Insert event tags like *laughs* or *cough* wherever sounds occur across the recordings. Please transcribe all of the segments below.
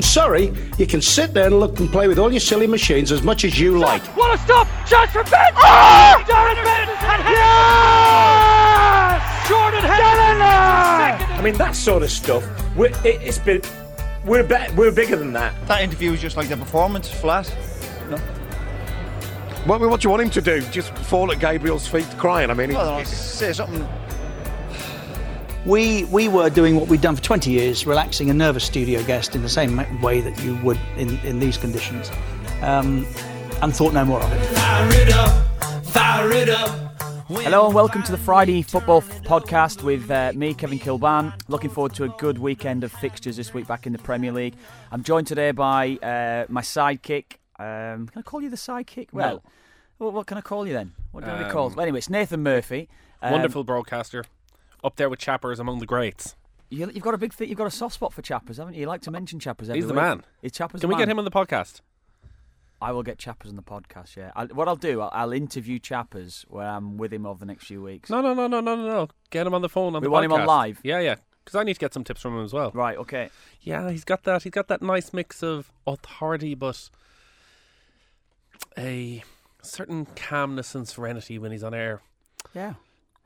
sorry, you can sit there and look and play with all your silly machines as much as you like. What a stop! Chance for Ben! Oh! Darren Ben! And yes! Jordan Henderson! I mean, that sort of stuff. We're, it, it's been, we're be- we're bigger than that. That interview was just like the performance, flat. No. What, what do you want him to do? Just fall at Gabriel's feet crying? I mean, Well, I'll say something. We, we were doing what we'd done for 20 years, relaxing a nervous studio guest in the same ma- way that you would in, in these conditions, um, and thought no more of it. Hello and welcome to the Friday Football F- Podcast with uh, me, Kevin Kilban. Looking forward to a good weekend of fixtures this week back in the Premier League. I'm joined today by uh, my sidekick. Um, can I call you the sidekick? Well, what, what can I call you then? What do you want to be called? Well, anyway, it's Nathan Murphy. Um, Um, Wonderful broadcaster. Up there with Chappers among the greats. You, you've got a big, thing you've got a soft spot for Chappers, haven't you? You like to mention Chappers. Every He's the week. man. Is Chappers? Can the we get man? him on the podcast? I will get Chappers on the podcast. Yeah. I, what I'll do, I'll, I'll interview Chappers where I'm with him over the next few weeks. No, no, no, no, no, no, no. Get him on the phone. On We the want him on podcast. live. Yeah, yeah. Because I need to get some tips from him as well. Right. Okay. Yeah, he's got that. He's got that nice mix of authority, but a certain calmness and serenity when he's on air. Yeah.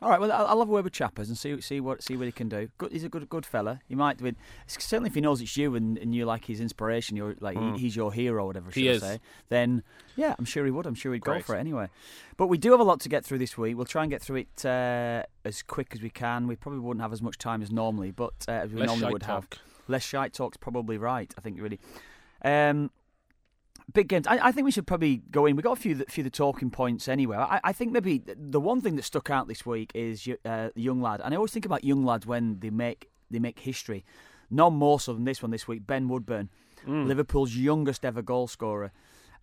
All right. Well, I'll, I'll have a word with Chappers and see see what see what he can do. Good, he's a good good fella. He might do it. Certainly, if he knows it's you and, and you like his inspiration, you're like he- he's your hero, whatever Hmm. He should I is. say. Then yeah, I'm sure he would. I'm sure he'd Great. go for it anyway. But we do have a lot to get through this week. We'll try and get through it uh, as quick as we can. We probably wouldn't have as much time as normally, but uh, as we Less normally shite would have. talk. Less shite talk's probably right. I think really. Um, big games. I, I think we should probably go in. We got a few th- few of the talking points anyway. I, I think maybe th- the one thing that stuck out this week is y- uh, the young lad, and I always think about young lads when they make they make history. None more so than this one this week. Ben Woodburn, Liverpool's youngest ever goal scorer,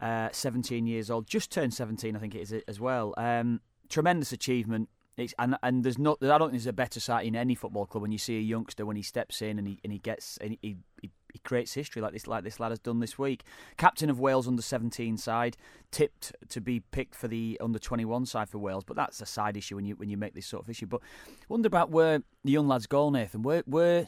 uh, 17 years old, just turned 17, I think it is as well. Um, tremendous achievement. It's, and and there's not I don't think there's a better sight in any football club when you see a youngster when he steps in and he and he gets and he, he, he creates history like this like this lad has done this week. Captain of Wales under 17 side, tipped to be picked for the under 21 side for Wales, but that's a side issue when you when you make this sort of issue. But wonder about where the young lad's goal, Nathan. Where where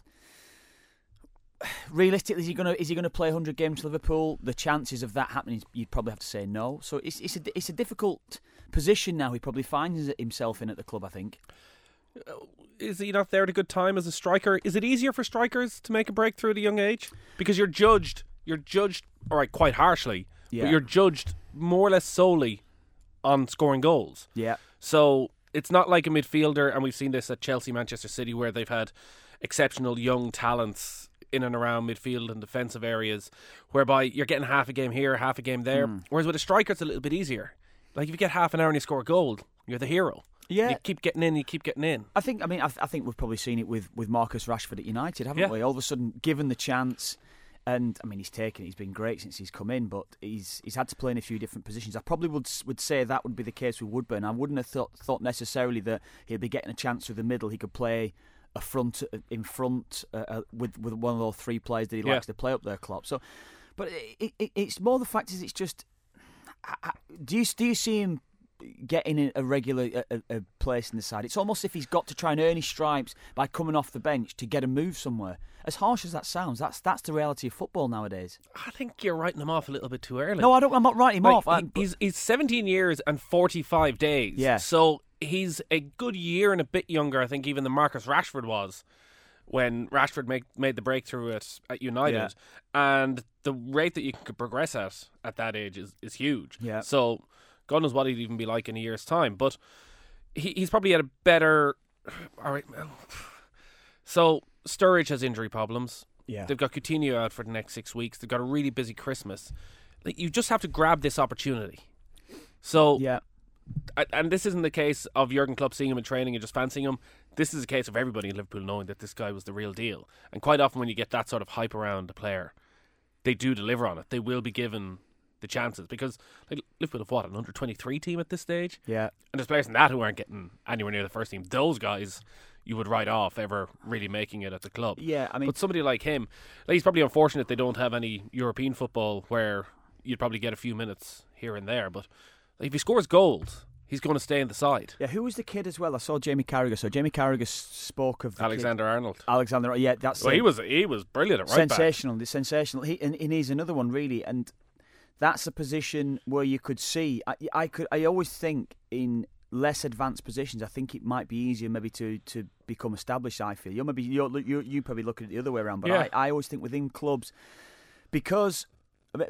realistically is he gonna is he gonna play 100 games for Liverpool? The chances of that happening, is- you'd probably have to say no. So it's it's a it's a difficult position now. He probably finds himself in at the club. I think. Is he not there at a good time as a striker? Is it easier for strikers to make a breakthrough at a young age because you're judged? You're judged, all right, quite harshly, Yeah. but you're judged more or less solely on scoring goals. Yeah. So it's not like a midfielder, and we've seen this at Chelsea, Manchester City, where they've had exceptional young talents in and around midfield and defensive areas, whereby you're getting half a game here, half a game there. Hmm. Whereas with a striker, it's a little bit easier. Like if you get half an hour and you score a goal, you're the hero. Yeah. You keep getting in, you keep getting in. I think. I mean, I, th- I think we've probably seen it with with Marcus Rashford at United, haven't Yeah. we? All of a sudden, given the chance, and I mean, he's taken. it. He's been great since he's come in, but he's he's had to play in a few different positions. I probably would s- would say that would be the case with Woodburn. I wouldn't have thought thought necessarily that he'd be getting a chance through the middle. He could play. A front in front uh, uh, with with one of those three players that he Yeah. likes to play up there, Klopp. So, but it, it, it's more the fact is it's just I- I- do you do you see him getting a- a regular a, a a place in the side? It's almost if he's got to try and earn his stripes by coming off the bench to get a move somewhere. As harsh as that sounds, that's that's the reality of football nowadays. I think you're writing him off a little bit too early. No, I don't. I'm not writing him Like, off. I- he- he's he's 17 years and 45 days. Yeah. So he's a good year and a bit younger, I think, even than Marcus Rashford was when Rashford made made the breakthrough at, at United. And the rate that you can progress at at that age is, is huge. Yeah. So God knows what he'd even be like in a year's time. But he, he's probably had a better. *sighs* All right. well, *sighs* So Sturridge has injury problems. yeah, They've got Coutinho out for the next six weeks. They've got a really busy Christmas. Like, you just have to grab this opportunity. So, yeah. I- and this isn't the case of Jurgen Klopp seeing him in training and just fancying him. This is a case of everybody in Liverpool knowing that this guy was the real deal. And quite often, when you get that sort of hype around a player, they do deliver on it. They will be given the chances because like, Liverpool have what an under twenty three team at this stage, Yeah, and there's players in that who aren't getting anywhere near the first team. Those guys, you would write off ever really making it at the club yeah. I mean, but somebody like him, like he's probably unfortunate they don't have any European football where you'd probably get a few minutes here and there. But like, if he scores goals, he's going to stay in the side. Yeah, who was the kid as well? I saw Jamie Carragher. So Jamie Carragher s- spoke of the kid- Alexander Arnold. Alexander. Yeah, that's Well, it. he was he was brilliant at right back. sensational. It's sensational. He and, and he's another one really, and that's a position where you could see. I, I could. I always think in less advanced positions. I think it might be easier maybe to to become established. I feel you're maybe you're you you probably look at it the other way around, but Yeah. I, I always think within clubs because.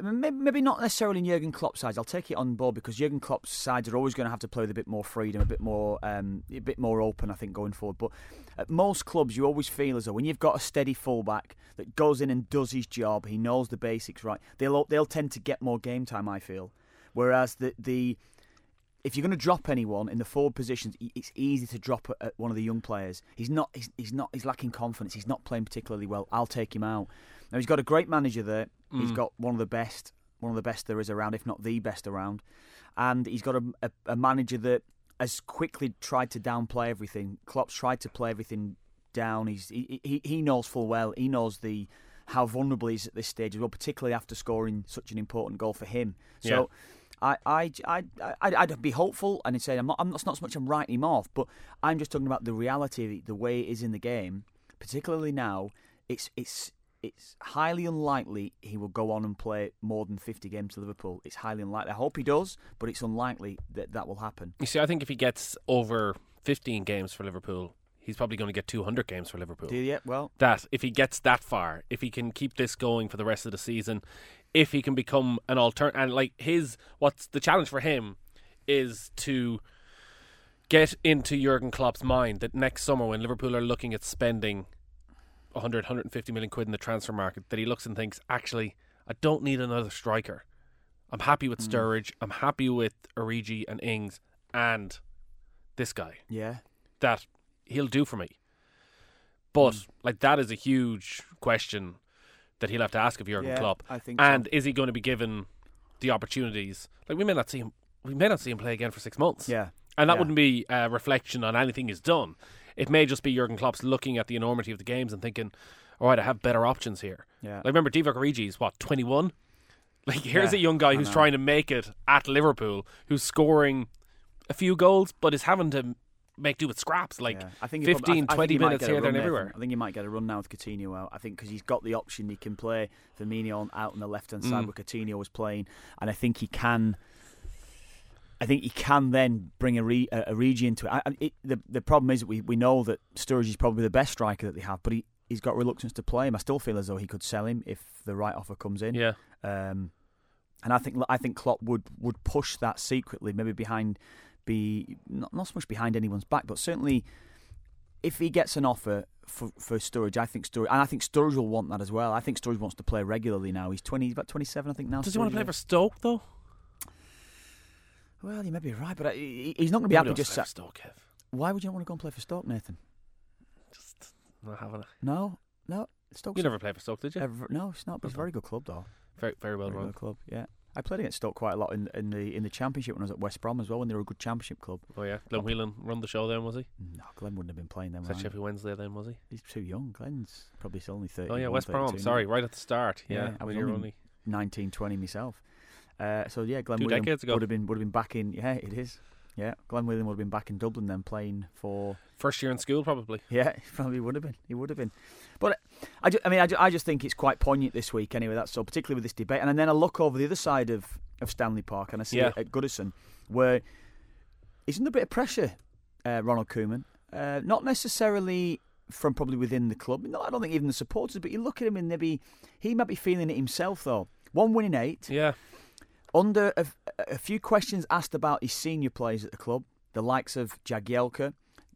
Maybe, maybe not necessarily in Jurgen Klopp's sides. I'll take it on board because Jurgen Klopp's sides are always going to have to play with a bit more freedom, a bit more, um, a bit more open. I think going forward, but at most clubs, you always feel as though when you've got a steady fullback that goes in and does his job, he knows the basics right. They'll they'll tend to get more game time. I feel, whereas the the if you're going to drop anyone in the forward positions, i- it's easy to drop at- at one of the young players. He's not. He's, he's not. He's lacking confidence. He's not playing particularly well. I'll take him out. Now he's got a great manager there. He's got one of the best. One of the best there is around, if not the best around. And he's got a, a, a manager that has quickly tried to downplay everything. Klopp's tried to play everything down. He's he, he, he knows full well. He knows the how vulnerable he is at this stage as well, particularly after scoring such an important goal for him. So. Yeah. I, I, I, I'd, I'd be hopeful, and I'd say I'm not, I'm not, it's not so much I'm writing him off, but I'm just talking about the reality, the way it is in the game, particularly now. It's it's it's highly unlikely he will go on and play more than 50 games to Liverpool. It's highly unlikely. I hope he does, but it's unlikely that that will happen. You see, I think if he gets over 15 games for Liverpool, he's probably going to get 200 games for Liverpool. Do you? Yeah, well, that if he gets that far, if he can keep this going for the rest of the season, if he can become an altern and like his what's the challenge for him is to get into Jurgen Klopp's mind that next summer when Liverpool are looking at spending 100 150 million quid in the transfer market that he looks and thinks actually I don't need another striker. I'm happy with Sturridge, I'm happy with Origi and Ings and this guy yeah. that he'll do for me. But Hmm. like that is a huge question that he'll have to ask of Jurgen Yeah, Klopp. I think so. and is he going to be given the opportunities? Like we may not see him. We may not see him play again for six months. Yeah, and that yeah. wouldn't be a reflection on anything he's done. It may just be Jurgen Klopp's looking at the enormity of the games and thinking, "All right, I have better options here." Yeah. Like remember, Divock Origi is what twenty one. *laughs* Like here's Yeah, a young guy who's know. trying to make it at Liverpool, who's scoring a few goals, but is having to make do with scraps. Like yeah. I think he probably- I 15, th- I think 20 he might minutes get a here, there, run and from- everywhere. I think he might get a run now with Coutinho out. I think because he's got the option, he can play Firmino out on the left hand Mm. side where Coutinho was playing, and I think he can. I think he can then bring a, re, a, a Origi into it. I, I- it the, the problem is that we, we know that Sturridge is probably the best striker that they have, but he, he's got reluctance to play him. I still feel as though he could sell him if the right offer comes in. Yeah. Um, and I think I think Klopp would would push that secretly, maybe behind, be not not so much behind anyone's back, but certainly if he gets an offer for for Sturridge, I think Sturridge, and I think Sturridge will want that as well. I think Sturridge wants to play regularly now. He's twenty, he's about twenty seven, I think now. Does he want Sturridge to play is. for Stoke though? Well, you may be right, but I, he- he's not going to be happy just. play for sat- Stoke. Kev. Why would you want to go and play for Stoke, Nathan? Just not having it. No, no, Stoke's You never played for Stoke, did you? ever- no, it's not. But it's a very good club though. Very, very well Very run. good club. Yeah, I played against Stoke quite a lot in in the in the Championship when I was at West Brom as well when they were a good Championship club. Oh yeah, Glenn Whelan run the show then was he? No, Glenn wouldn't have been playing them. Was that right? Sheffield Wednesday then was he? He's too young. Glenn's probably still only 30. Oh yeah, West Brom. Sorry, right at the start. Yeah, Yeah, I was when you were only- only 19, 20 myself. Uh, so yeah, Glenn Two Whelan decades ago. would have been would have been back in. Yeah, it is. Yeah, Glenn Whelan would have been back in Dublin then playing for. first year in school probably. *laughs* Yeah, he probably would have been. He would have been. But uh, I, ju- I mean, I, ju- I just think it's quite poignant this week. Anyway, that's so particularly with this debate. And then I look over the other side of of Stanley Park and I see Yeah. it at Goodison where isn't there a bit of pressure, uh, Ronald Koeman? Uh, not necessarily from probably within the club. No, I don't think even the supporters. But you look at him and maybe he might be feeling it himself though. One win in eight Yeah, under a, a few questions asked about his senior players at the club, the likes of Jagielka,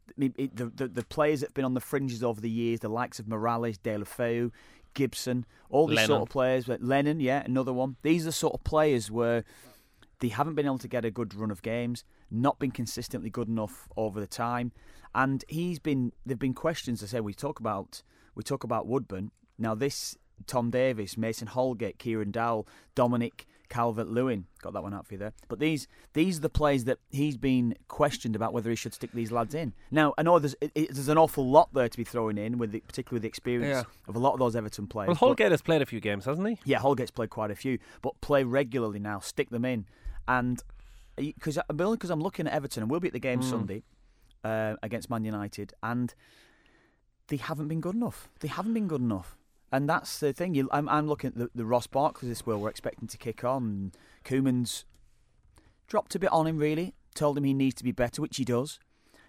I mean, it- the, the, the players that have been on the fringes over the years, the likes of Morales, De La Feu, Gibson, all these sort Lennon. of players. But Lennon, yeah, another one. These are the sort of players where they haven't been able to get a good run of games, not been consistently good enough over the time, and he's been. There've been questions. I say we talk about we talk about Woodburn. Now this Tom Davis, Mason Holgate, Kieran Dowell, Dominic Calvert Lewin got that one out for you there. But these these are the plays that he's been questioned about whether he should stick these lads in. Now I know there's it, it- there's an awful lot there to be thrown in with the, particularly with the experience of a lot of those Everton players. well but- Holgate has played a few games, hasn't he? yeah, Holgate's played quite a few, but play regularly now, stick them in. And because only because I'm looking at Everton and we'll be at the game Sunday uh, against Man United, and they haven't been good enough. They haven't been good enough, and that's the thing. You, I'm, I'm looking at the, the Ross Barkley of this world. We're expecting to kick on. Cummins dropped a bit on him really. Told him he needs to be better, which he does.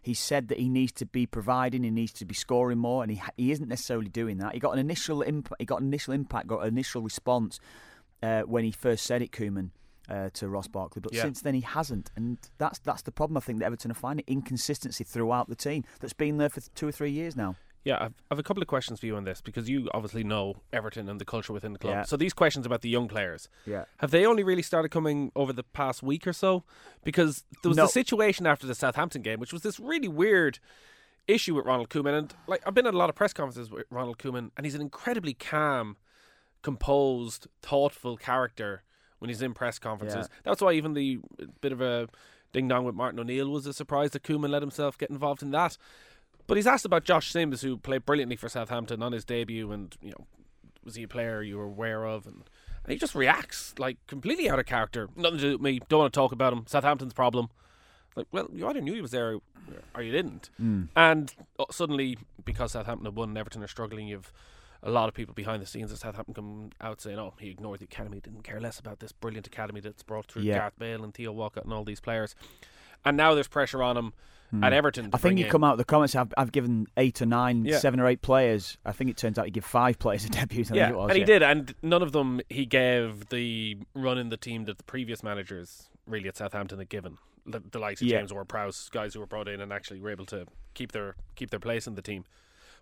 He said that he needs to be providing, he needs to be scoring more, and he ha- he isn't necessarily doing that. He got an initial imp- he got an initial impact, got an initial response uh, when he first said it, Koeman, uh, to Ross Barkley. But Yeah. since then, he hasn't, and that's that's the problem. I think that Everton are finding inconsistency throughout the team that's been there for th- two or three years now. Yeah, I've, I've a couple of questions for you on this because you obviously know Everton and the culture within the club. Yeah. So these questions about the young players, Yeah. have they only really started coming over the past week or so? Because there was No. the situation after the Southampton game, which was this really weird issue with Ronald Koeman. And like I've been at a lot of press conferences with Ronald Koeman, and he's an incredibly calm, composed, thoughtful character when he's in press conferences. That's why even the uh, bit of a ding dong with Martin O'Neill was a surprise that Koeman let himself get involved in that. But he's asked about Josh Sims, who played brilliantly for Southampton on his debut, and you know, was he a player you were aware of? And, and he just reacts like completely out of character. Nothing to do with me. Don't want to talk about him. Southampton's problem. Like, well, you either knew he was there or you didn't. Hmm. And uh, suddenly, because Southampton have won and Everton are struggling, you've a lot of people behind the scenes at Southampton come out saying, "Oh, he ignored the academy, didn't care less about this brilliant academy that's brought through Yeah. Gareth Bale and Theo Walcott and all these players." And now there's pressure on him at Everton. to Hmm. I think bring you in- come out of the comments. I've, I've given eight or nine, Yeah. seven or eight players. I think it turns out you give five players a debut. I think Yeah, it was, and he yeah. did, and none of them he gave the run in the team that the previous managers really at Southampton had given. The, the likes of Yeah. James Ward-Prowse, guys who were brought in and actually were able to keep their keep their place in the team.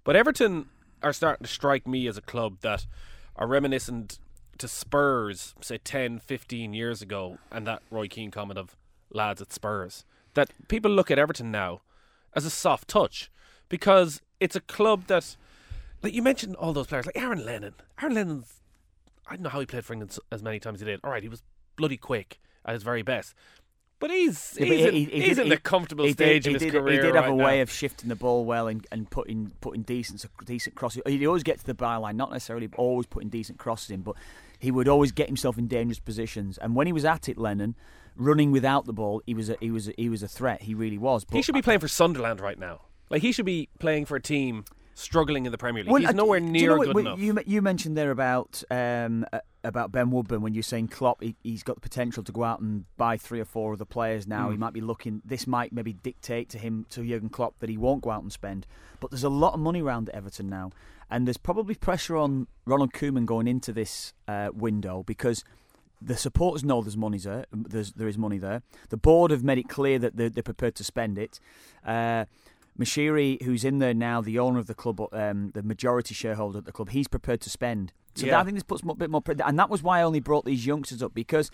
But Everton are starting to strike me as a club that are reminiscent to Spurs, say 10, 15 years ago, and that Roy Keane comment of lads at Spurs. That people look at Everton now as a soft touch because it's a club that like you mentioned all those players, like Aaron Lennon. Aaron Lennon's I don't know how he played for England s- as many times as he did. All right, he was bloody quick at his very best, but he's Yeah, but he's, in, he- he- he he's did- in he- the comfortable he did- stage he of his did- career. He did have right a way now. of shifting the ball well and, and putting putting decent decent crosses. He'd always get to the byline, not necessarily always putting decent crosses in, but he would always get himself in dangerous positions. And when he was at it, Lennon, running without the ball, he was a, he was a, he was a threat. He really was. But He should be playing for Sunderland right now. Like he should be playing for a team struggling in the Premier League. Well, he's uh, nowhere do near you know what- good well, enough. You, you mentioned there about um, uh, about Ben Woodburn when you're saying Klopp, he, he's got the potential to go out and buy three or four other players now. Hmm. He might be looking. This might maybe dictate to him to Jurgen Klopp that he won't go out and spend. But there's a lot of money around at Everton now, and there's probably pressure on Ronald Koeman going into this uh, window because the supporters know there's money there. There's, there is money there. The board have made it clear that they're, they're prepared to spend it. Uh, Mashiri, who's in there now, the owner of the club, um, the majority shareholder at the club, he's prepared to spend. So Yeah. that- I think this puts a bit more, pre- and that was why I only brought these youngsters up because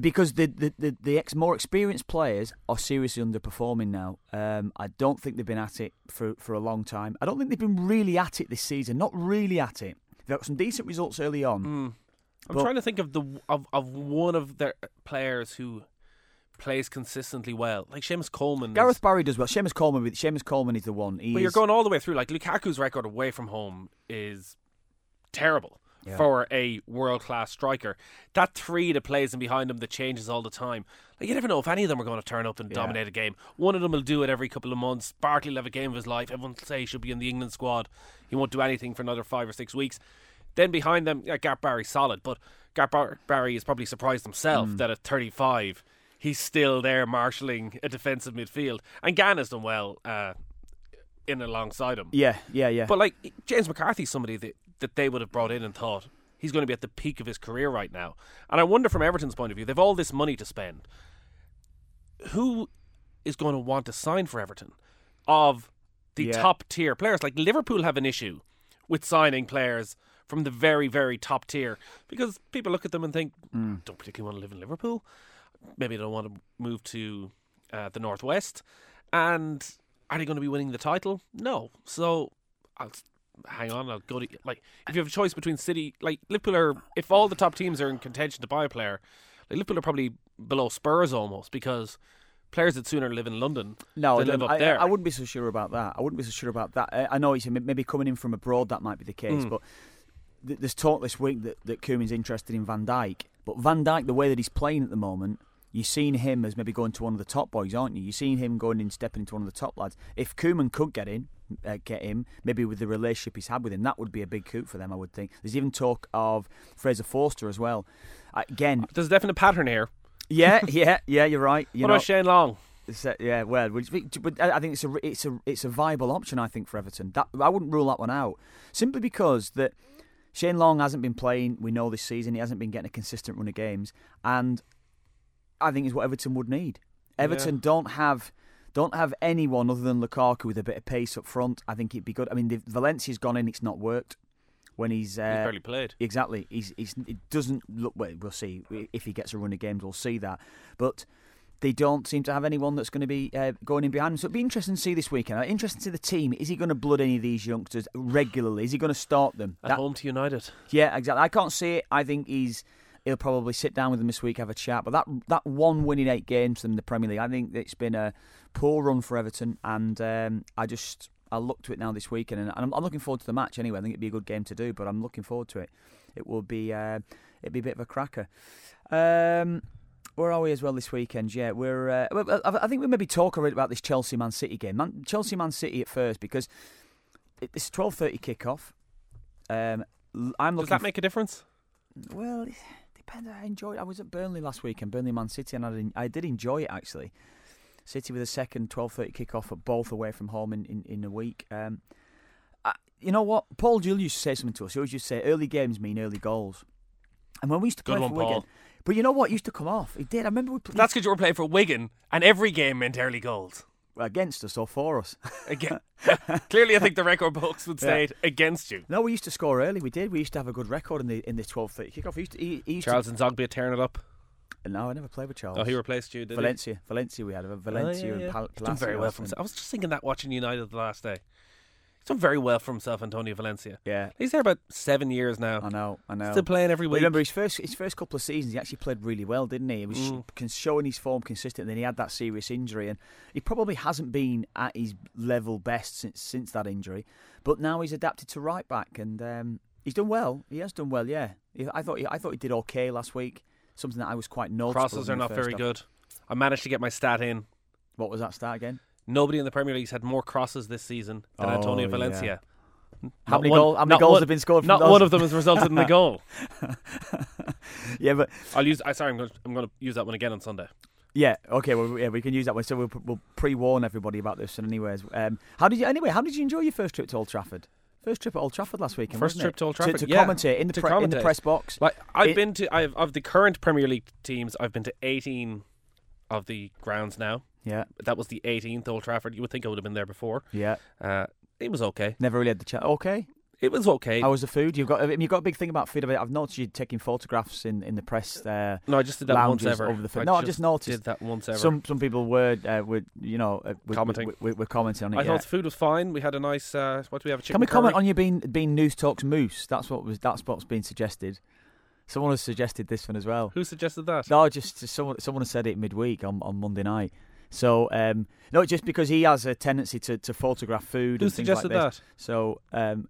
because the the, the, the ex more experienced players are seriously underperforming now. Um, I don't think they've been at it for for a long time. I don't think they've been really at it this season. Not really at it. They've got some decent results early on. I'm But- trying to think of the of, of one of their players who plays consistently well, like Seamus Coleman. is- Gareth Barry does well. Seamus Coleman. with- Seamus Coleman is the one. He But you're is- going all the way through. Like Lukaku's record away from home is terrible for a world class striker. That three that plays in behind him that changes all the time. Like you never know if any of them are going to turn up and dominate a game. One of them will do it every couple of months. Barkley will have a game of his life. Everyone will say he should be in the England squad. He won't do anything for another five or six weeks. Then behind them, yeah, Gareth Barry's solid, but Gareth Bar- Barry is probably surprised himself that at 35 he's still there marshalling a defensive midfield. And Gana's done well uh, in alongside him. Yeah, yeah, yeah. But like James McCarthy's somebody that, that they would have brought in and thought he's going to be at the peak of his career right now. And I wonder from Everton's point of view, they've all this money to spend. Who is going to want to sign for Everton of the Yeah. top tier players? Like Liverpool have an issue with signing players from the very, very top tier because people look at them and think, don't particularly want to live in Liverpool. Maybe don't want to move to uh, the northwest. And are they going to be winning the title? No. So I'll s- hang on. I'll go to like if you have a choice between City, like Liverpool are. If all the top teams are in contention to buy a player, like Liverpool are probably below Spurs almost because players that sooner live in London no, I, than live don't- up I- there. I wouldn't be so sure about that. I wouldn't be so sure about that. I, I know he's maybe coming in from abroad. That might be the Hmm. case, but th- there's talk this week that that Koeman's interested in Van Dijk. But Van Dijk, the way that he's playing at the moment, you've seen him as maybe going to one of the top boys, aren't you? You've seen him going in, stepping into one of the top lads. If Koeman could get in, uh, get him, maybe with the relationship he's had with him, that would be a big coup for them, I would think. There's even talk of Fraser Forster as well. Uh, *laughs* Again, There's a definite pattern here. yeah, yeah, yeah, you're right. You what know, about Shane Long? it's, uh, yeah, well, which- but uh, I I think it's a it's a it's a viable option. I think for Everton, that I wouldn't rule that one out simply because that Shane Long hasn't been playing. We know this season he hasn't been getting a consistent run of games, and I think is what Everton would need. Everton don't have don't have anyone other than Lukaku with a bit of pace up front. I think it'd be good. I mean, the, Valencia's gone in; it's not worked when he's, uh, barely played. Exactly. He's, he's it doesn't look. Well, we'll see if he gets a run of games. We'll see that, but. They don't seem to have anyone that's going to be uh, going in behind him. So it'd be interesting to see this weekend. Uh, Interesting to see the team. Is he going to blood any of these youngsters regularly? Is he going to start them? At That- home to United. yeah, exactly. I can't see it. I think he's he'll probably sit down with them this week, have a chat. But that that one win in eight games from the Premier League, I think it's been a poor run for Everton, and um, I just I look to it now this weekend, and I'm, I'm looking forward to the match anyway. I think it'd be a good game to do, but I'm looking forward to it. It will be uh, it'd be a bit of a cracker. Um, where are we as well this weekend? Yeah, we're. Uh, well, I I think we maybe talk a bit about this Chelsea Man City game. Man, Chelsea Man City at first because it- it's twelve thirty kickoff. Um, l- I'm looking Does that make a difference? well, it depends. I enjoyed. I was at Burnley last weekend, Burnley Man City, and I did, I did enjoy it actually. City with a second twelve thirty kickoff at both away from home in in, in a week. Um, I, you know what? Paul Jewell used to say something to us. He always used to say, "Early games mean early goals." And when we used to Good play one, for Wigan, Paul. but you know what? It used to come off. It did. I remember we played That's because you were playing for Wigan, and every game meant early goals. against us or for us. *laughs* Again, clearly, I think the record books would say it against you. no, we used to score early. We did. We used to have a good record in the in the twelve thirty kickoff. He used to, he, he used Charles and Zogby tearing it up. To, no, I never played with Charles. Oh, he replaced you, didn't Valencia, Valencia. We had a he? Oh, yeah, Valencia yeah. and Pal- He's done very Palacios well for and- himself. I was just thinking that watching United the last day. He's done very well for himself, Antonio Valencia. Yeah, He's there about seven years now. I know, I know. Still playing every But week. Mm. remember his first his first couple of seasons, he actually played really well, didn't he? He was con- showing his form consistently. Then he had that serious injury, and he probably hasn't been at his level best since since that injury. But now he's adapted to right back, and um, he's done well. He has done well, yeah. He- I thought he, I thought he did okay last week. Something that I was quite noticeable. Crosses in are the not first very half. good. I managed to get my stat in. What was that start *laughs* again? Nobody in the Premier League's had more crosses this season than Oh, Antonio yeah. Valencia. How Not many one- goal- how many not goals one- have been scored from Not those? one of them has resulted *laughs* in a goal. Yeah, but I'll use. I sorry, I'm going. To, I'm going to use that one again on Sunday. yeah, okay, well, yeah, we can use that one. So we'll, we'll pre-warn everybody about this. And anyways, um, how did you anyway? How did you enjoy your first trip to Old Trafford? First trip at Old Trafford last weekend. First wasn't trip it? to Old Trafford. to, yeah. commentate in the To pre- in the commentate. press box. Like I've It- been to. I've of the current Premier League teams. I've been to 18 of the grounds now. yeah, That was the 18th Old Trafford. You would think I would have been there before. yeah. Uh, it was okay. Never really had the chat. Okay, It was okay. how was the food? You've got I mean, you've got a big thing about food. I mean, I've noticed you taking photographs in in the press. Uh, no, I just did that once lounges ever. over the I food. No, I just noticed. Did that once ever. Some some people were uh, were you know uh, were, Commenting. Were, were, were commenting on it. I yeah. thought the food was fine. We had a nice. Uh, what do we have? A chicken Can we comment curry? on you being being News Talks Moose? That's what was that's what's been suggested. Someone has suggested this one as well. Who suggested that? No, just just someone someone has said it midweek on, on Monday night. So um, no, just because he has a tendency to, to photograph food Who and things like suggested this. that? So um,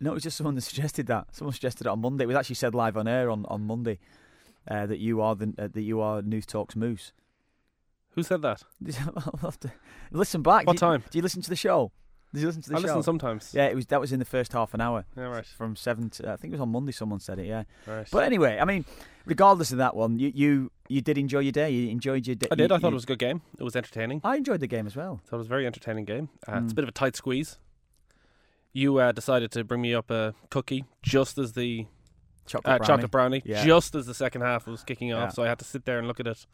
no, it was just someone that *laughs* suggested that. Someone suggested it on Monday. It was actually said live on air on on Monday uh, that you are the uh, that you are News Talks Moose. *laughs* Who said that? I'll have to listen back. What do you, time? Do you listen to the show? Do you listen to the I show? listen sometimes. Yeah, it was that was in the first half an hour. Yeah, right. From seven to I think it was on Monday. Someone said it. Yeah. Right. But anyway, I mean, regardless of that one, you you, you did enjoy your day. You enjoyed your day. I did. you- I thought you- it was a good game. It was entertaining. I enjoyed the game as well. thought it was a very entertaining game. Uh, It's Mm. a bit of a tight squeeze. You uh, decided to bring me up a cookie just as the Chocolate uh, brownie. chocolate brownie, Yeah. just as the second half was kicking Yeah. off. So I had to sit there and look at it.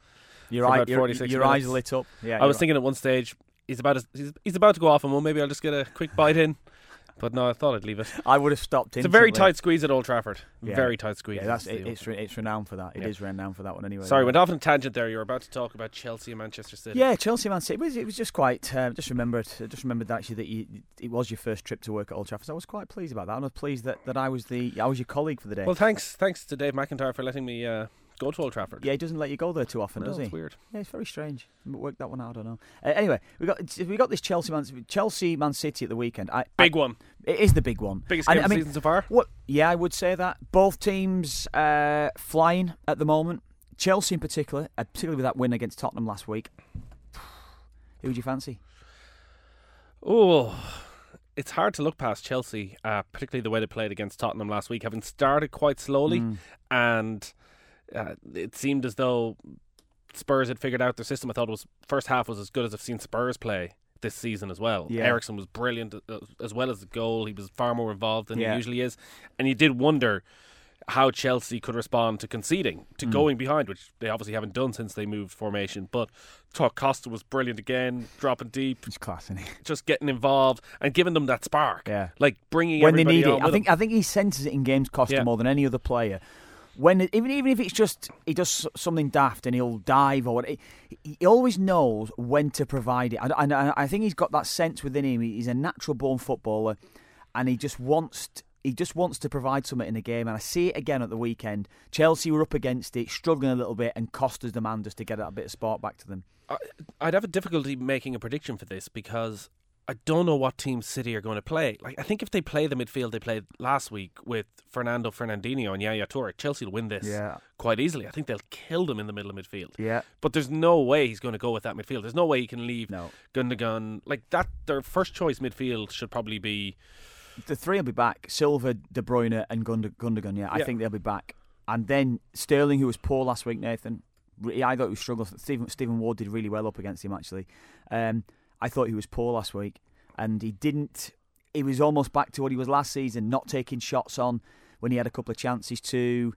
Your, for eye, about your, 46 your eyes minutes. lit up. Yeah. I was thinking at one stage he's about as, he's, he's about to go off, and well, maybe I'll just get a quick bite in. But no, I thought I'd leave it. thinking I would have stopped. It's a very instantly. tight squeeze at Old Trafford. Yeah. Very tight squeeze. Yeah, that's It's the it, old- it's re- it's renowned for that. It is Yeah. renowned for that one anyway. Sorry, yeah. went off on a tangent there. You were about to talk about Chelsea and Manchester City. Yeah, Chelsea, Man City. It was, it was just quite. Um, just remembered. I Just remembered actually that you, it was your first trip to work at Old Trafford. So I was quite pleased about that. and I was pleased that, that I was the I was your colleague for the day. Well, thanks, thanks to Dave McIntyre for letting me uh, go to Old Trafford. yeah, he doesn't let you go there too often, No, does he? it's weird. Yeah, it's very strange. Work that one out. I don't know. Uh, anyway, we got we got this Chelsea Man Chelsea Man City at the weekend. I, Big one, I, it is the big one. biggest I- game I of the mean, season so far. What? Yeah, I would say that both teams uh, flying at the moment. Chelsea in particular, uh, particularly with that win against Tottenham last week. Who would you fancy? Oh, it's hard to look past Chelsea, uh, particularly the way they played against Tottenham last week, having started quite slowly, Mm. and uh, it seemed as though Spurs had figured out their system. I thought it was first half was as good as I've seen Spurs play this season as well. Yeah. Ericsson was brilliant uh, as well as the goal. He was far more involved than Yeah. he usually is, and you did wonder how Chelsea could respond to conceding, Mm. to going behind, which they obviously haven't done since they moved formation. But thought Costa was brilliant again, dropping deep, It's class, isn't it? just getting involved and giving them that spark. Yeah. Like bringing when they everybody need on it. I with think them. I think he senses it in games Costa Yeah. more than any other player. When it- even even if it's just he does s- something daft and he'll dive or what, he, he always knows when to provide it. And, and, and I think he's got that sense within him. He's a natural born footballer, and he just wants. t- he just wants to provide something in the game, and I see it again at the weekend. Chelsea were up against it, struggling a little bit, and Costa's demand us to get that bit of spark back to them. I'd have a difficulty making a prediction for this because I don't know what team City are going to play. Like I think if they play the midfield they played last week with Fernando Fernandinho and Yaya Toure, Chelsea will win this Yeah. quite easily. I think they'll kill them in the middle of midfield. Yeah. But there's no way he's going to go with that midfield. There's no way he can leave No. Gundogan like that. Their first choice midfield should probably be the three will be back: Silva, De Bruyne, and Gund- Gundogan. Yeah, I Yeah. think they'll be back. And then Sterling, who was poor last week, Nathan. re- I thought he struggled. Stephen, Stephen Ward did really well up against him actually. Um, I thought he was poor last week, and he didn't. He was almost back to what he was last season, not taking shots on when he had a couple of chances to.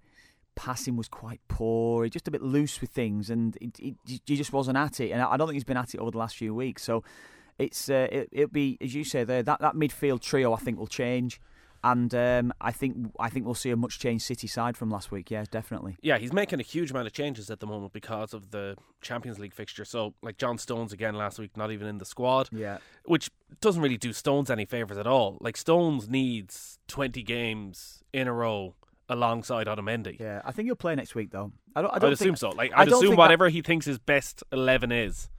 Passing was quite poor. He's just a bit loose with things, and he, he, he just wasn't at it. And I I don't think he's been at it over the last few weeks. So it's uh, it, it'll be as you say there that, that midfield trio I think will change, and um, I think I think we'll see a much changed City side from last week. Yeah, definitely. Yeah, he's making a huge amount of changes at the moment because of the Champions League fixture. So, like John Stones again last week, not even in the squad. Yeah. Which doesn't really do Stones any favours at all. Like, Stones needs 20 games in a row alongside Otamendi. Yeah, I think he'll play next week though. I don't. I I'd don't assume think, so. Like, I I'd don't assume think that- whatever he thinks his best 11 is,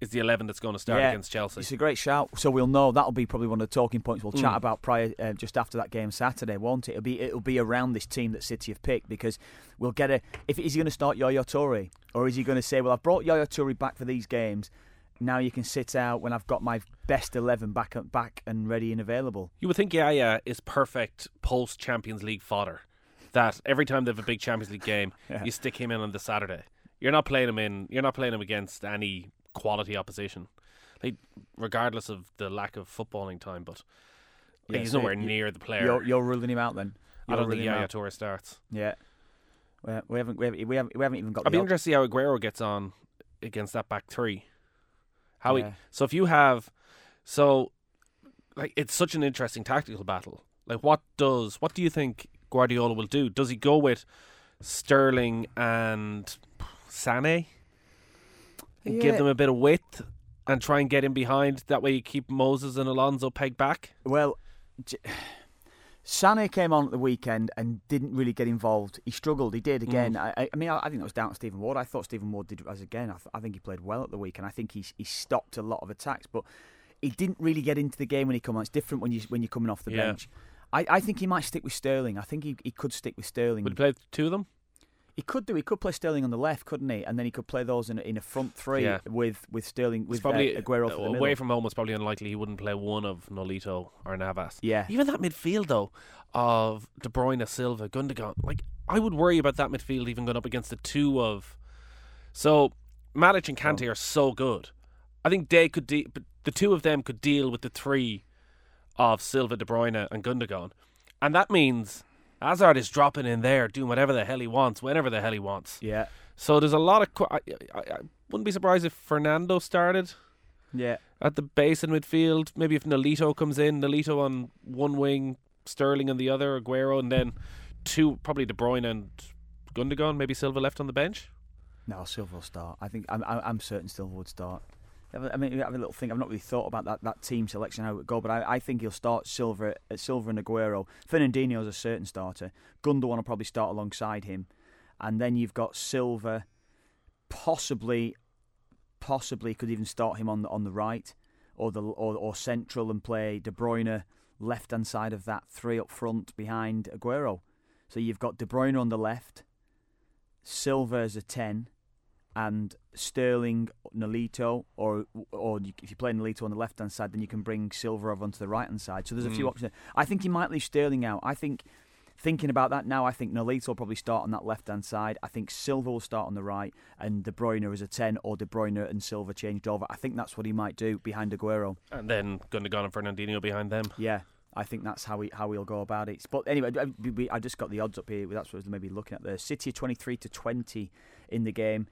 is the 11 that's going to start against Chelsea. Mm. It's a great shout. So we'll know that'll be probably one of the talking points we'll chat about prior, uh, just after that game Saturday, won't it? It'll be it'll be around this team that City have picked because we'll get a. If is he going to start Yaya Toure or is he going to say, well, I've brought Yaya Toure back for these games. Now you can sit out when I've got my best eleven back back and ready and available. You would think Yaya is perfect post Champions League fodder. That every time they have a big Champions *laughs* League game, you stick him in on the Saturday. You're not playing him in. You're not playing him against any quality opposition, like regardless of the lack of footballing time. But like, Yeah, he's so nowhere you- near the player. You're, you're ruling him out then. I You're don't think ruling him Yaya out. Toure starts. Yeah. Well, we haven't, we haven't, we haven't, we haven't even got. the I'd be odd- interested to see how Aguero gets on against that back three. How Yeah. he so if you have so like it's such an interesting tactical battle. Like what does what do you think Guardiola will do? Does he go with Sterling and Sané? And Yeah. Give them a bit of width and try and get in behind. That way you keep Moses and Alonso pegged back. Well, J- Sané came on at the weekend and didn't really get involved. He struggled. He did again. Mm. I I, I mean, I, I think that was down to Stephen Ward. I thought Stephen Ward did as again. I, th- I think he played well at the weekend. I think he he stopped a lot of attacks, but he didn't really get into the game when he come on. It's different when you when you're coming off the Yeah. bench. I, I think he might stick with Sterling. I think he, he could stick with Sterling. Would he play two of them? He could do. He could play Sterling on the left, couldn't he? And then he could play those in, a- in a front three Yeah. with with Sterling It's with uh, Aguero for the away middle. from home. It's probably unlikely he wouldn't play one of Nolito or Navas. Yeah. even that midfield though of De Bruyne, Silva, Gundogan. Like I would worry about that midfield even going up against the two of. So Matic and Kante Oh. are so good. I think they could de- but the two of them could deal with the three of Silva, De Bruyne, and Gundogan, and that means. Hazard is dropping in there, doing whatever the hell he wants, whenever the hell he wants. yeah, So there's a lot of. Qu- I, I, I wouldn't be surprised if Fernando started yeah. at the base in midfield. Maybe if Nolito comes in, Nolito on one wing, Sterling on the other, Aguero, and then two probably De Bruyne and Gundogan. Maybe Silva left on the bench. No, Silva will start. I think I'm, I'm, I'm certain Silva would start. Have a- I mean, have a little think. I've not really thought about that, that team selection how it would go, but I, I think he'll start Silva, uh, Silva and Aguero. Fernandinho's a certain starter. Gundogan will probably start alongside him, and then you've got Silva. Possibly, possibly could even start him on the on the right or the or, or central and play De Bruyne left hand side of that three up front behind Aguero. So you've got De Bruyne on the left, Silva's a ten, and Sterling, Nolito, or or you- if you play Nolito on the left hand side, then you can bring Silva over onto the right hand side. So there's a few options. there. I think he might leave Sterling out. I think thinking about that now, I think Nolito will probably start on that left hand side. I think Silva will start on the right, and De Bruyne is a ten, or De Bruyne and Silva changed over. I think that's what he might do behind Aguero. And then Gundogan and Fernandinho behind them. Yeah, I think that's how we how he'll go about it. But anyway, I, we- we, I just got the odds up here. That's what I was maybe looking at there. City are twenty three to twenty in the game.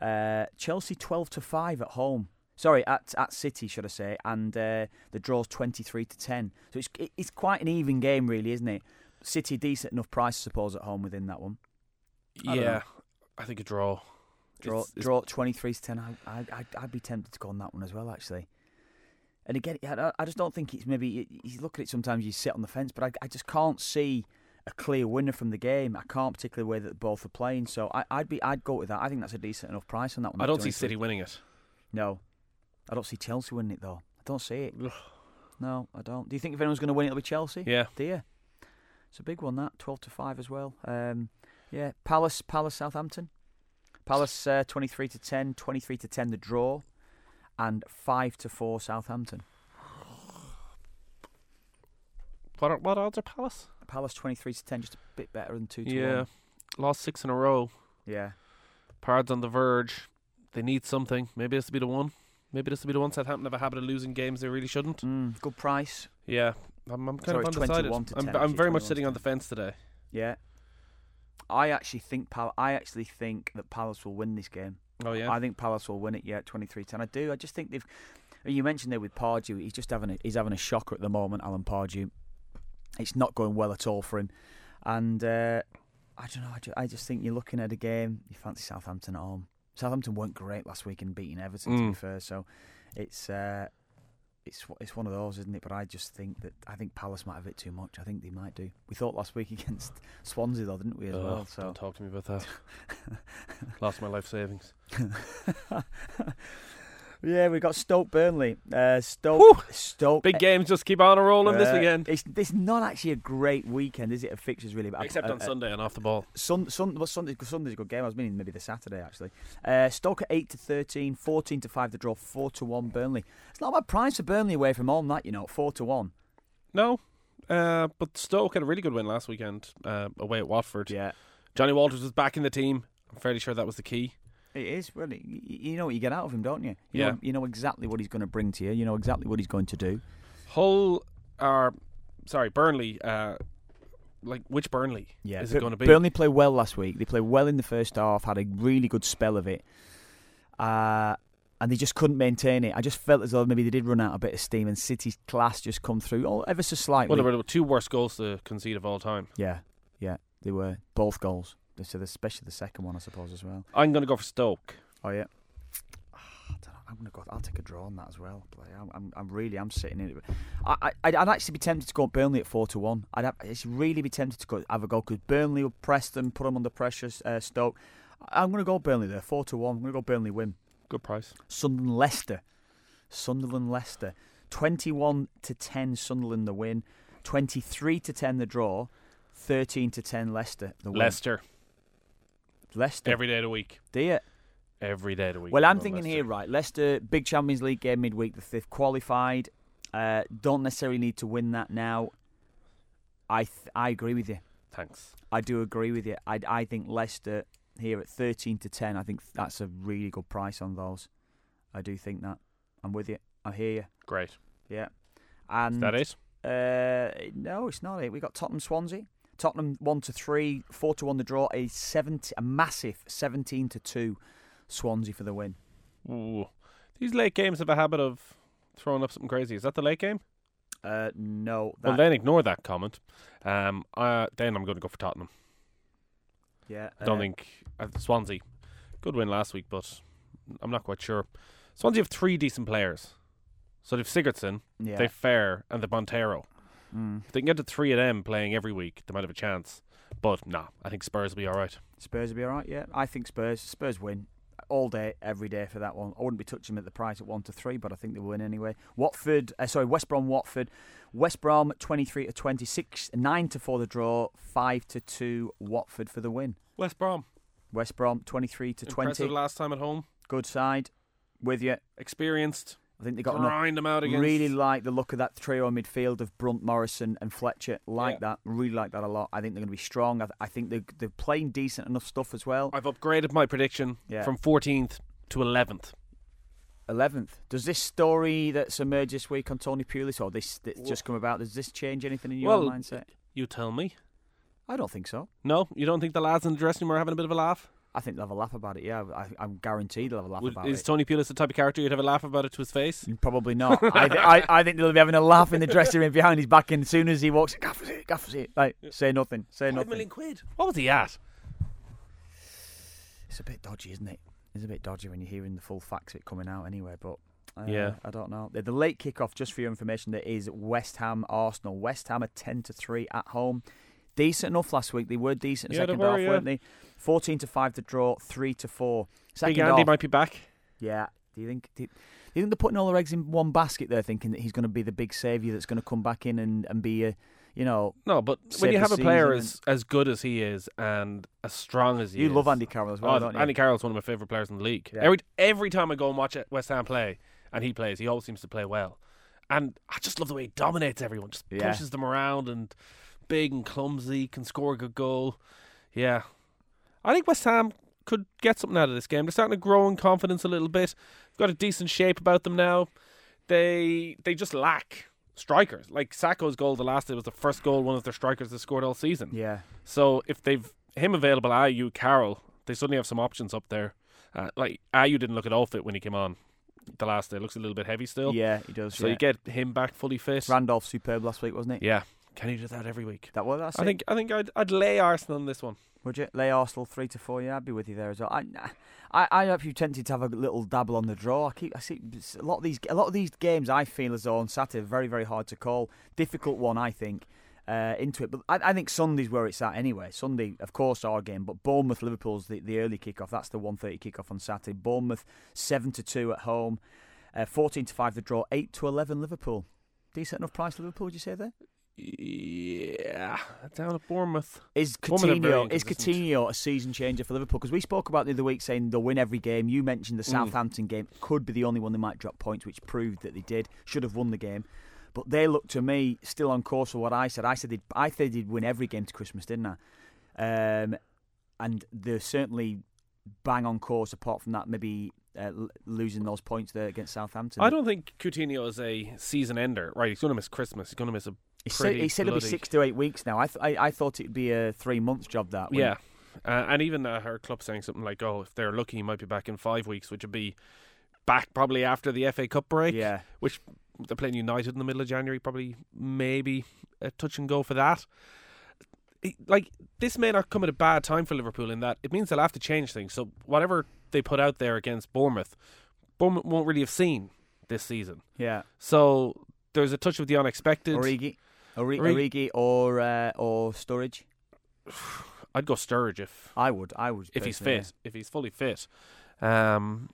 Uh, Chelsea twelve to five at home. Sorry, at at City, should I say? And uh, the draw's twenty three to ten. So it's it- it's quite an even game, really, isn't it? City decent enough price, I suppose, at home within that one. I don't yeah, know. I think a draw. Draw It's- it's- draw twenty three to ten. I, I I'd, I'd be tempted to go on that one as well, actually. And again, yeah, I- I just don't think it's maybe you- you look at it sometimes you sit on the fence, but I, I just can't see a clear winner from the game. I can't particularly way that both are playing, so I, I'd be I'd go with that. I think that's a decent enough price on that one. I at don't see 23. City winning it. No, I don't see Chelsea winning it though. I don't see it. no, I don't. Do you think if anyone's going to win, it, it'll be Chelsea? Yeah. Do you? It's a big one that twelve to five as well. Um, yeah, Palace, Palace, Southampton, Palace uh, twenty three to 10, 23 to ten the draw, and five to four Southampton. What are, what odds are Palace? Palace twenty three to ten, just a bit better than two to Yeah, one. lost six in a row. Yeah, Pards on the verge. They need something. Maybe this will be the one. Maybe this will be the one. Southampton have a habit of losing games they really shouldn't. mm, good price. Yeah, I'm, I'm kind Sorry, of undecided. 21 to I'm, 10, I'm actually, very 21 much to sitting on the 10. fence today. Yeah, I actually think Pal- I actually think that Palace will win this game. Oh yeah, I think Palace will win it. Yeah, 23-10. I do. I just think they've. You mentioned there with Pardew. He's just having a, he's having a shocker at the moment, Alan Pardew. It's not going well at all for him, and uh, I don't know. I just, I just think you're looking at a game. You fancy Southampton at home. Southampton weren't great last week in beating Everton. To be Mm. fair, so it's. Uh, it's it's one of those, isn't it? But I just think that I think Palace might have it too much. I think they might do. We thought last week *laughs* against Swansea, though, didn't we? As Ugh, well, so don't talk to me *laughs* about that. Lost my life savings. yeah, we got Stoke Burnley. Uh, Stoke, Stoke. Big games just keep on rolling this Uh, weekend. It's, it's not actually a great weekend, is it? Of fixtures, really. But Except uh, on uh, Sunday and off the ball. Sun, sun, well, Sunday, Sunday's a good game. I was meaning maybe the Saturday actually. Uh, Stoke at eight to 13, 14 to five. The draw four to one. Burnley. It's not a bad price for Burnley away from home. That you know, four to one. No, uh, but Stoke had a really good win last weekend uh, away at Watford. Yeah, Johnny Walters was back in the team. I'm fairly sure that was the key. it is really. y- y- You know what you get out of him, don't you? you Yeah. Know, you know exactly what he's going to bring to you. You know exactly what he's going to do. Hull are, sorry, Burnley. Uh, like which Burnley Yeah, is Bu- it going to be? Burnley played well last week. They played well in the first half, had a really good spell of it, uh, and they just couldn't maintain it. I just felt as though maybe they did run out a bit of steam, and City's class just come through, oh, ever so slightly. Well, there were the two worst goals to concede of all time. yeah, yeah, they were both goals. So especially the second one, I suppose, as well. I'm going to go for Stoke. Oh yeah. Ah, I don't know. I'm gonna go. I'll take a draw on that as well. Play. I'm, I'm, I'm really. I'm sitting in it. I, I, I'd I'd actually be tempted to go at Burnley at four to one. I'd have, it's really be tempted to go have a go because Burnley will press them, put them under pressure. Uh, Stoke. I- I'm gonna go Burnley there four to one. I'm gonna go Burnley win. Good price. Sunderland Leicester. Sunderland Leicester. 21 to 10 Sunderland the win. 23 to 10 the draw. 13 to 10 Leicester the win. Leicester Leicester. every day of the week. dear. Every day of the week. Well, I'm I'm going thinking Leicester. here, right? Leicester, big Champions League game midweek, the fifth qualified. Uh, don't necessarily need to win that now. I th- I agree with you. Thanks. I do agree with you. I I think Leicester here at thirteen to ten. I think that's a really good price on those. I do think that. I'm with you. I hear you. Great. Yeah. And Is Mm. that it? uh, no, it's not it. We got Tottenham Swansea. Tottenham one to three, four to one the draw. A seventy, a massive seventeen to two, Swansea for the win. Ooh. These late games have a habit of throwing up something crazy. Is that the late game? Uh, no, that, Well, then ignore that comment. Um, uh, then I'm going to go for Tottenham. yeah, I don't uh, think uh, Swansea. Good win last week, but I'm not quite sure. Swansea have three decent players. So they've Sigurdsson, Yeah. they've Fair, and they've Montero. Mm. If they can get the three of them playing every week, they might have a chance. But nah, I think Spurs will be all right. Spurs will be all right. Yeah, I think Spurs. Spurs win all day, every day for that one. I wouldn't be touching them at the price at one to three, but I think they will win anyway. Watford, uh, sorry, West Brom. Watford, West Brom, twenty-three to twenty-six, nine to four the draw, five to two Watford for the win. West Brom. West Brom, 23 to 20. Impressive last time at home. Good side. With you. Experienced. I think they got enough. grind them out against. Really like the look of that trio in midfield of Brunt, Morrison, and Fletcher. Like Yeah. that. Really like that a lot. I think they're going to be strong. I, th- I think they're, they're playing decent enough stuff as well. I've upgraded my prediction Yeah. from 14th to 11th. 11th. Does this story that's emerged this week on Tony Pulis or this that's just come about, does this change anything in your Well, mindset? You tell me. I don't think so. No, you don't think the lads in the dressing room are having a bit of a laugh? I think they'll have a laugh about it. Yeah, I, I'm guaranteed they'll have a laugh Would, about is it. Tony Pulis the type of character you'd have a laugh about it to his face? *laughs* Probably not. I, th- I, I think they'll be having a laugh in the dressing room behind his back, and as soon as he walks, gaffers it, gaffers it. Like, say nothing, say Five nothing. million quid. What was he at? It's a bit dodgy, isn't it? It's a bit dodgy when you're hearing the full facts of it coming out anyway, but. Uh, Yeah. I don't know. The, the late kickoff, just for your information, there is West Ham Arsenal. West Ham are ten to three at home. Decent enough last week. They were decent in Yeah, they second were, half, yeah. weren't they? Fourteen to five to draw, three to four. Second Big Andy half, might be back. yeah. Do you think? Do you, do you think they're putting all their eggs in one basket there, thinking that he's going to be the big saviour that's going to come back in and, and be a, you know, No, but Save when you the have a player season as, as good as he is and as strong as he you is, love Andy Carroll as well, Oh, don't you? Andy Carroll's one of my favorite players in the league. Yeah. Every every time I go and watch West Ham play, and he plays, he always seems to play well. And I just love the way he dominates everyone. Just Yeah. pushes them around and big and clumsy, can score a good goal. Yeah, I think West Ham could get something out of this game. They're starting to grow in confidence a little bit. Got a decent shape about them now. They they just lack strikers. Like Sacco's goal, the last day was the first goal one of their strikers has scored all season. yeah, So if they've him available, Ayu, Carroll, they suddenly have some options up there. Uh, like Ayu didn't look at all fit when he came on the last day. Looks a little bit heavy still. yeah, he does. So yeah. you get him back fully fit. Randolph superb last week, wasn't he? yeah. Can you do that every week? That was. That's I it. think I think I'd, I'd lay Arsenal on this one. Would you lay Arsenal three to four? Yeah, I'd be with you there as well. I, I, I hope you tempted to have a little dabble on the draw. I keep, I see it's a lot of these, a lot of these games. I feel as though on Saturday, very, very hard to call. Difficult one, I think. Uh, into it, but I, I think Sunday's where it's at anyway. Sunday, of course, our game, but Bournemouth Liverpool's the, the early kickoff. That's the 1.30 kickoff on Saturday. Bournemouth seven to two at home, uh, fourteen to five the draw, eight to eleven Liverpool. Decent enough price Liverpool, would you say there? Yeah, down at Bournemouth. Is Bournemouth are very Coutinho is inconsistent. Coutinho a season changer for Liverpool? Because we spoke about the other week saying they'll win every game. You mentioned Mm. the Southampton game could be the only one they might drop points, which proved that they did. Should have won the game, but they look to me still on course for what I said. I said they'd, I said they'd win every game to Christmas, didn't I? Um, and they're certainly bang on course. Apart from that, maybe uh, l- losing those points there against Southampton. I don't think Coutinho is a season ender. Right, he's going to miss Christmas. He's going to miss a He said, pretty he said it'll be bloody- six to eight weeks now. I th- I, I thought it'd be a three month job that. wouldn't Yeah, uh, and even uh, her club saying something like, "Oh, if they're lucky, he might be back in five weeks," which would be back probably after the FA Cup break. Yeah. which they're playing United in the middle of January. Probably maybe a touch and go for that. It- Like this may not come at a bad time for Liverpool in that it means they'll have to change things. So whatever they put out there against Bournemouth, Bournemouth won't really have seen this season. Yeah. So there's a touch of the unexpected. Origi. Ori- Origi. Origi or uh, or Sturridge. I'd go Sturridge if I would. I would. if he's personally, fit, if he's fully fit. Um,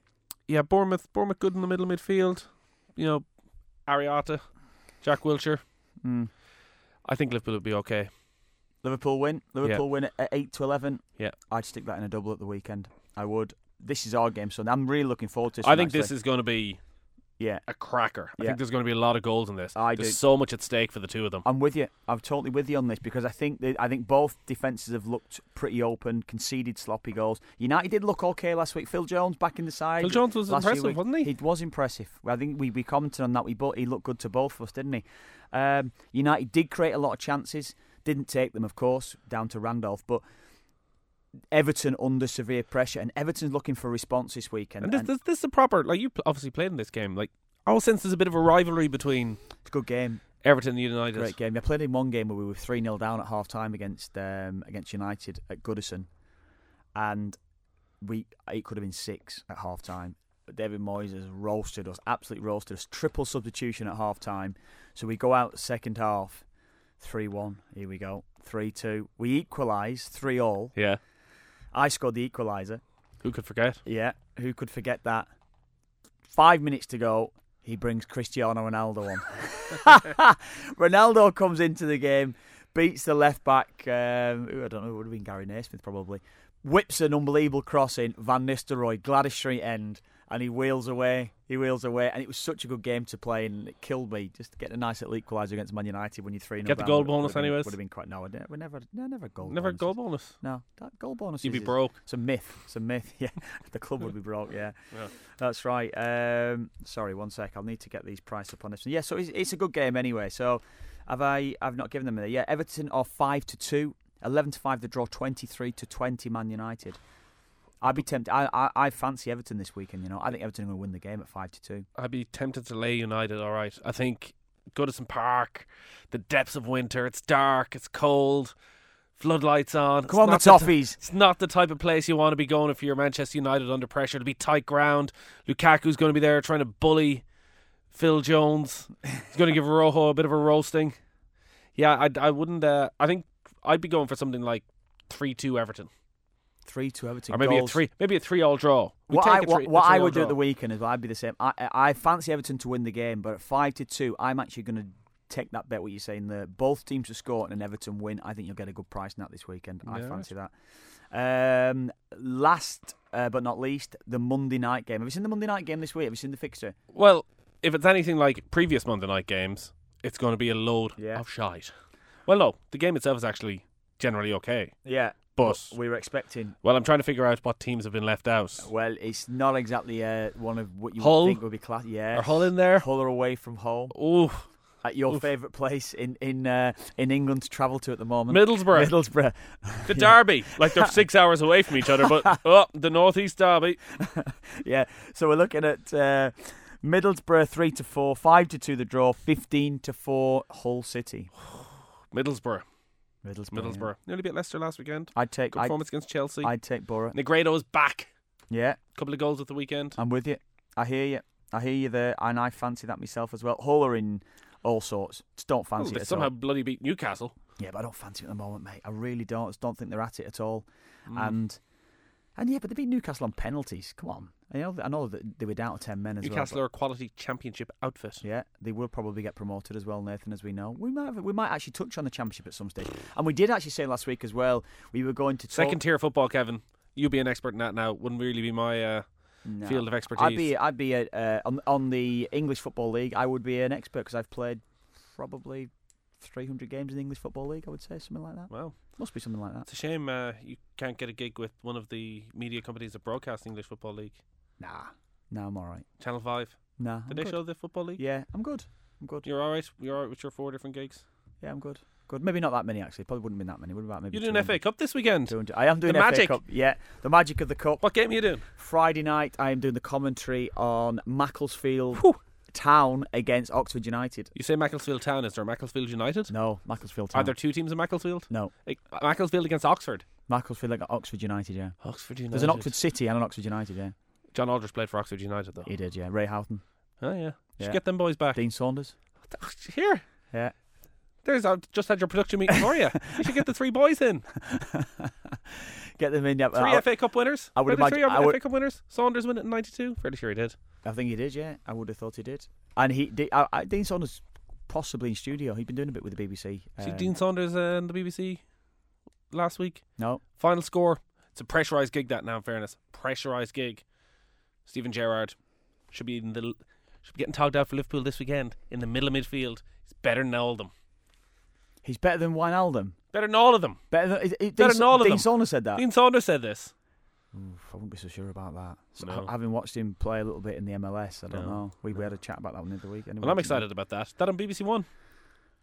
yeah, Bournemouth, Bournemouth good in the middle midfield. You know, Ariata, Jack Wilshire. yeah. Mm. I think Liverpool would be okay. Liverpool win. Liverpool win at eight to eleven. Yeah. I'd stick that in a double at the weekend. I would. This is our game, so I'm really looking forward to this. I one, think this actually. is going to be Yeah, a cracker. I Yeah. think there's going to be a lot of goals in this. I there's do. so much at stake for the two of them. I'm with you. I'm totally with you on this because I think that, I think both defenses have looked pretty open, conceded sloppy goals. United did look okay last week. Phil Jones back in the side. Phil Jones was last few impressive, weeks. wasn't he? He was impressive. Well, I think we, we commented on that. We but he looked good to both of us, didn't he? Um, United did create a lot of chances, didn't take them, of course, down to Randolph, but. Everton under severe pressure, and Everton's looking for a response this weekend. and this, and this, this is a proper like you pl- obviously played in this game. Like I always sense there's a bit of a rivalry between it's a good game. Everton and United. Great game. I played in one game where we were 3 0 down at half time against um, against United at Goodison. And we it could have been six at half time. But David Moyes has roasted us, absolutely roasted us. Triple substitution at half time. So we go out second half, 3 1. Here we go. 3 2. We equalise, 3 all. Yeah, I scored the equaliser. who could forget? Yeah, who could forget that? Five minutes to go. He brings Cristiano Ronaldo on. *laughs* Ronaldo comes into the game, beats the left back. Um, who I don't know. It would have been Gary Naismith probably. whips an unbelievable crossing. Van Nistelrooy, Gladys Street end, and he wheels away. He wheels away, and it was such a good game to play, and it killed me just getting a nice little equaliser against Man United when you three. Get the goal bonus anyways? Would have been quite. No, I didn't, we never, no, never goal. Never bonuses. goal bonus. No, that goal bonus. You'd be is- broke. It's a myth. It's a myth. *laughs* Yeah, the club would be broke. *laughs* Yeah, that's right. Um, sorry, one sec. I'll need to get these priced up on this. Yeah, so it's, it's a good game anyway. So have I? I've not given them a yeah. Everton are five to two, 11 to five. The draw twenty three to twenty. Man United. I'd be tempted. I, I I fancy Everton this weekend. You know, I think Everton are going to win the game at five to two. I'd be tempted to lay United. All right, I think Goodison Park, the depths of winter. It's dark. It's cold. Floodlights on. Come on, it's the not Toffees. it's not the type of place you want to be going if you're Manchester United under pressure. It'll be tight ground. Lukaku's going to be there trying to bully Phil Jones. He's going to give Rojo a bit of a roasting. Yeah, I I wouldn't. Uh, I think I'd be going for something like three two Everton, Three to Everton. or maybe goals. a three maybe a three all draw. We What take I, a what, three- a what I three-all would do at draw. the weekend is I'd be the same. I, I I fancy Everton to win the game, but at five to two, I'm actually going to take that bet. What you're saying there, both teams to score and an Everton win. I think you'll get a good price now this weekend. I Yeah. fancy that. Um, last uh, but not least, the Monday night game. Have you seen the Monday night game this week? Have you seen the fixture? Well, if it's anything like previous Monday night games, it's going to be a load Yeah. of shite. Well, no, the game itself is actually generally okay. Yeah, But we were expecting. well, I'm trying to figure out what teams have been left out. Well, it's not exactly uh, one of what you Hull? would think would be class. Yeah, Are Hull in there? Hull are away from home Ooh, at your Oof. favourite place in in uh, in England to travel to at the moment, Middlesbrough, Middlesbrough. *laughs* the Derby. Like they're six hours away from each other, but oh, the Northeast Derby. yeah. So we're looking at uh, Middlesbrough three to four, five to two the draw, fifteen to four Hull City. Middlesbrough, Middlesbrough. yeah. Middlesbrough. Nearly beat Leicester last weekend. I'd take. Good I'd, performance against Chelsea. I'd take Borough. Negredo's back. Yeah, Couple of goals at the weekend. I'm with you. I hear you. I hear you there, and I fancy that myself as well. Hull are in all sorts. Just don't Oh, fancy they it at somehow all. bloody beat Newcastle. Yeah, but I don't fancy it at the moment, mate. I really don't. Just don't think they're at it at all. Mm. And and yeah, but they beat Newcastle on penalties. Come on. I know. I know that they were down to ten men as well. but- Newcastle are a quality championship outfit. Yeah, they will probably get promoted as well, Nathan. As we know, we might have, we might actually touch on the championship at some stage, and we did actually say last week as well we were going to talk, Second tier football, Kevin. You be an expert in that now. Wouldn't really be my uh, No. field of expertise. I'd be I'd be a, uh, on on the English football league. I would be an expert because I've played probably 300 games in the English football league. I would say something like that. Well, Must be something like that. it's a shame uh, you can't get a gig with one of the media companies that broadcast English Football League. Nah, no, I'm all right. Channel 5. Nah, I'm Did they good. show the Football League? Yeah, I'm good. I'm good. You're all right? You're all right with your four different gigs? Yeah, I'm good. Good. Maybe not that many actually. Probably wouldn't have been that many. What about maybe You're doing FA Cup this weekend. 200. I am doing The FA magic. Cup. Yeah, the magic of the cup. What game are you doing? Friday night, I am doing the commentary on Macclesfield Whew. Town against Oxford United. You say Macclesfield Town. Is there Macclesfield United? No, Macclesfield Are Town. there two teams in Macclesfield? No, Like, Macclesfield against Oxford. Macclesfield against Oxford United. Yeah, Oxford United. there's an Oxford City and an Oxford United. Yeah, John Aldridge played for Oxford United, though. he did. Yeah, Ray Houghton, Oh, yeah. Yeah. Should get them boys back. Oh, Dean Saunders. Here. Yeah. There's, I've just had your production meeting for you. You should get the three boys *laughs* in. Get them in. Yeah, Three I, FA Cup winners. I would Were there three imagine- I would- FA Cup winners. Saunders won it in '92. Fairly sure he did. I think he did. Yeah, I would have thought he did. And he, De- I, I, Dean Saunders, possibly in studio. He'd been doing a bit with the BBC. See um, Dean Saunders uh, on the BBC last week. No, Final score. It's a pressurized gig. That now, in fairness, pressurized gig. Stephen Gerrard should be in the l- should be getting talked out for Liverpool this weekend in the middle of midfield. He's better than all of them. he's better than Wijnaldum. Better than all of them. Better than, Dean, Better than all of Dean them. Saunders said that. Dean Saunders said this. I wouldn't be so sure about that. So, No. Having watched him play a little bit in the MLS, I don't No. know. We, we had a chat about that one the other week. Anyway, Well, I'm excited about that. That on BBC One.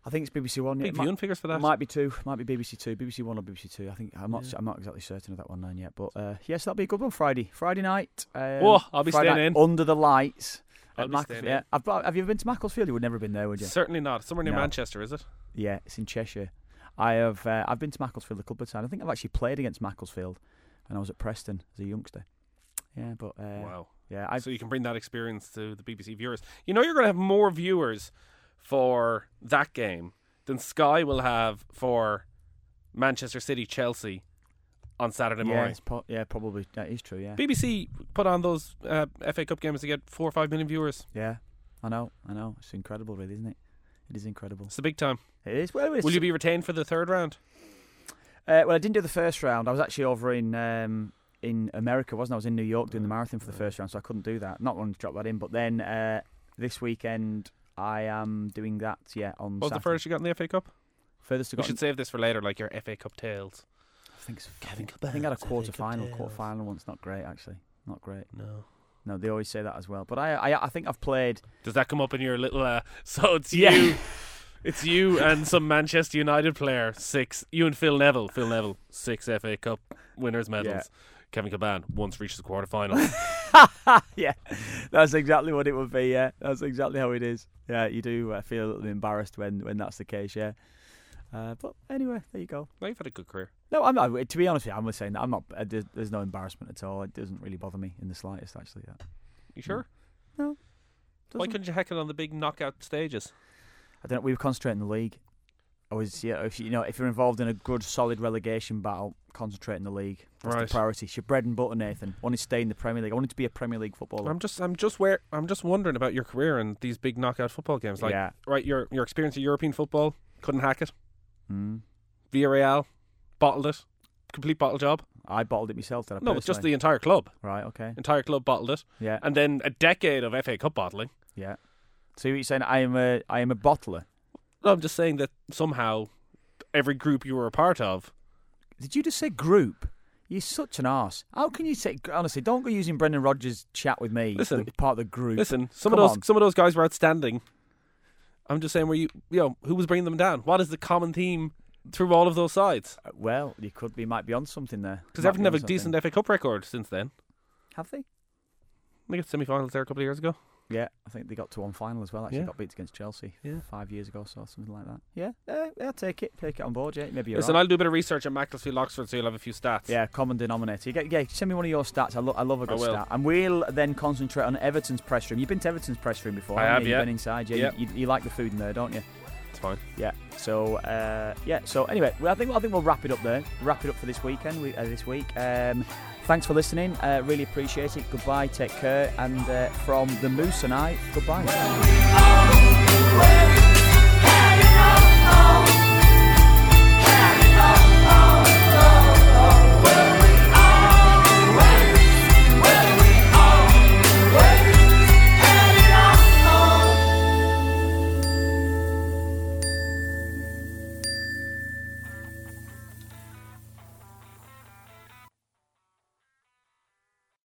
I think it's BBC One. Yeah. Big It, might, viewing figures for it that. might be two. Might be BBC Two. BBC One or BBC Two. I think I'm not. I'm not exactly certain of that one then yet. But uh, yes, that'll be a good one. Friday. Friday night. Um, Oh, I'll be Friday staying night, under the lights. I'll at be Macclesfield. staying Yeah. in. I've, got- have you ever been to Macclesfield? You would never have been there, would you? Certainly not. Somewhere near No. Manchester, is it? Yeah, it's in Cheshire. I have. Uh, I've been to Macclesfield a couple of times. I think I've actually played against Macclesfield, and I was at Preston as a youngster. Yeah, but uh, Wow. yeah, I so you can bring that experience to the BBC viewers. You know, you're going to have more viewers for that game than Sky will have for Manchester City Chelsea on Saturday yeah, morning. it's po- yeah, probably that is true. Yeah, BBC put on those uh, FA Cup games to get four or five million viewers. Yeah, I know, I know. It's incredible, really, isn't it? It is incredible. It's the big time. It is. Well, it's, Will you be retained for the third round? Uh, well, I didn't do the first round. I was actually over in um, in America, wasn't I? I was in New York Mm. doing the marathon for the first round, so I couldn't do that. Not wanting to drop that in, but then uh, this weekend I am doing that. Yeah, on What was the Saturday. first you got in the FA Cup? furthest to We go. should save this for later, like your FA Cup tales. I think it's, I think I had a quarter final, quarter final once. Not great actually. Not great. No. No, they always say that as well. But I, I, I think I've played. Does that come up in your little? Uh, *laughs* so it's Yeah. you, it's you and some Manchester United player. Six. You and Phil Neville. Phil Neville. Six FA Cup winners medals. Kevin Caban once reaches the quarterfinal. *laughs* yeah, that's exactly what it would be. Yeah, that's exactly how it is. Yeah, you do uh, feel a little embarrassed when when that's the case. Yeah. Uh, but anyway, there you go. now you've had a good career. No, I'm not. To be honest, with you, I'm just saying that I'm not. Uh, there's, there's no embarrassment at all. It doesn't really bother me in the slightest, actually. That You sure? Why doesn't- couldn't you heck it on the big knockout stages? I don't. know, We were concentrating on the league. I was, yeah. If you you know, if you're involved in a good, solid relegation battle, concentrate on the league. That's Right. the priority. It's your bread and butter, Nathan. I want to stay in the Premier League. I wanted to be a Premier League footballer. I'm just, I'm just where, I'm just wondering about your career and these big knockout football games. Like, yeah. right, your your experience of European football couldn't hack it. Mm. Villarreal bottled it. Complete bottle job. I bottled it myself. Did I No, it's just personally? the entire club. right. Okay. Entire club bottled it. Yeah. And then a decade of FA Cup bottling. Yeah. So you're saying I am a I am a bottler. No, I'm just saying that somehow every group you were a part of. Did you just say group? You're such an arse. How can you say honestly? Don't go using Brendan Rodgers' chat with me. Listen. the part of the group. Listen, some Come of those on. some of those guys were outstanding. I'm just saying, were you, you know, who was bringing them down? What is the common theme through all of those sides? Uh, Well, you could be might be on something there. You Because might Everton be have a on something. decent FA Cup record since then. Have they? They got semi-finals there a couple of years ago. Yeah, I think they got to one final as well. Actually, Yeah. got beat against Chelsea Yeah. five years ago, or so something like that. Yeah, yeah, yeah. Take it, take it on board. Yeah, maybe you're Listen, right. I'll do a bit of research at Macclesfield Oxford, so you'll have a few stats. Yeah, common denominator. You get, yeah, send me one of your stats. I, lo- I love a good will. stat. And we'll then concentrate on Everton's press room. You've been to Everton's press room before. I haven't have, you? yeah. You've been inside. Yeah, Yeah. You, you, you like the food in there, don't you? it's fine. Yeah. So uh, yeah. So anyway, well, I think I think we'll wrap it up there. Wrap it up for this weekend. We, uh, this week. Um, thanks for listening. Uh, really appreciate it. Goodbye. Take care. And uh, from the Moose and I, goodbye. Where we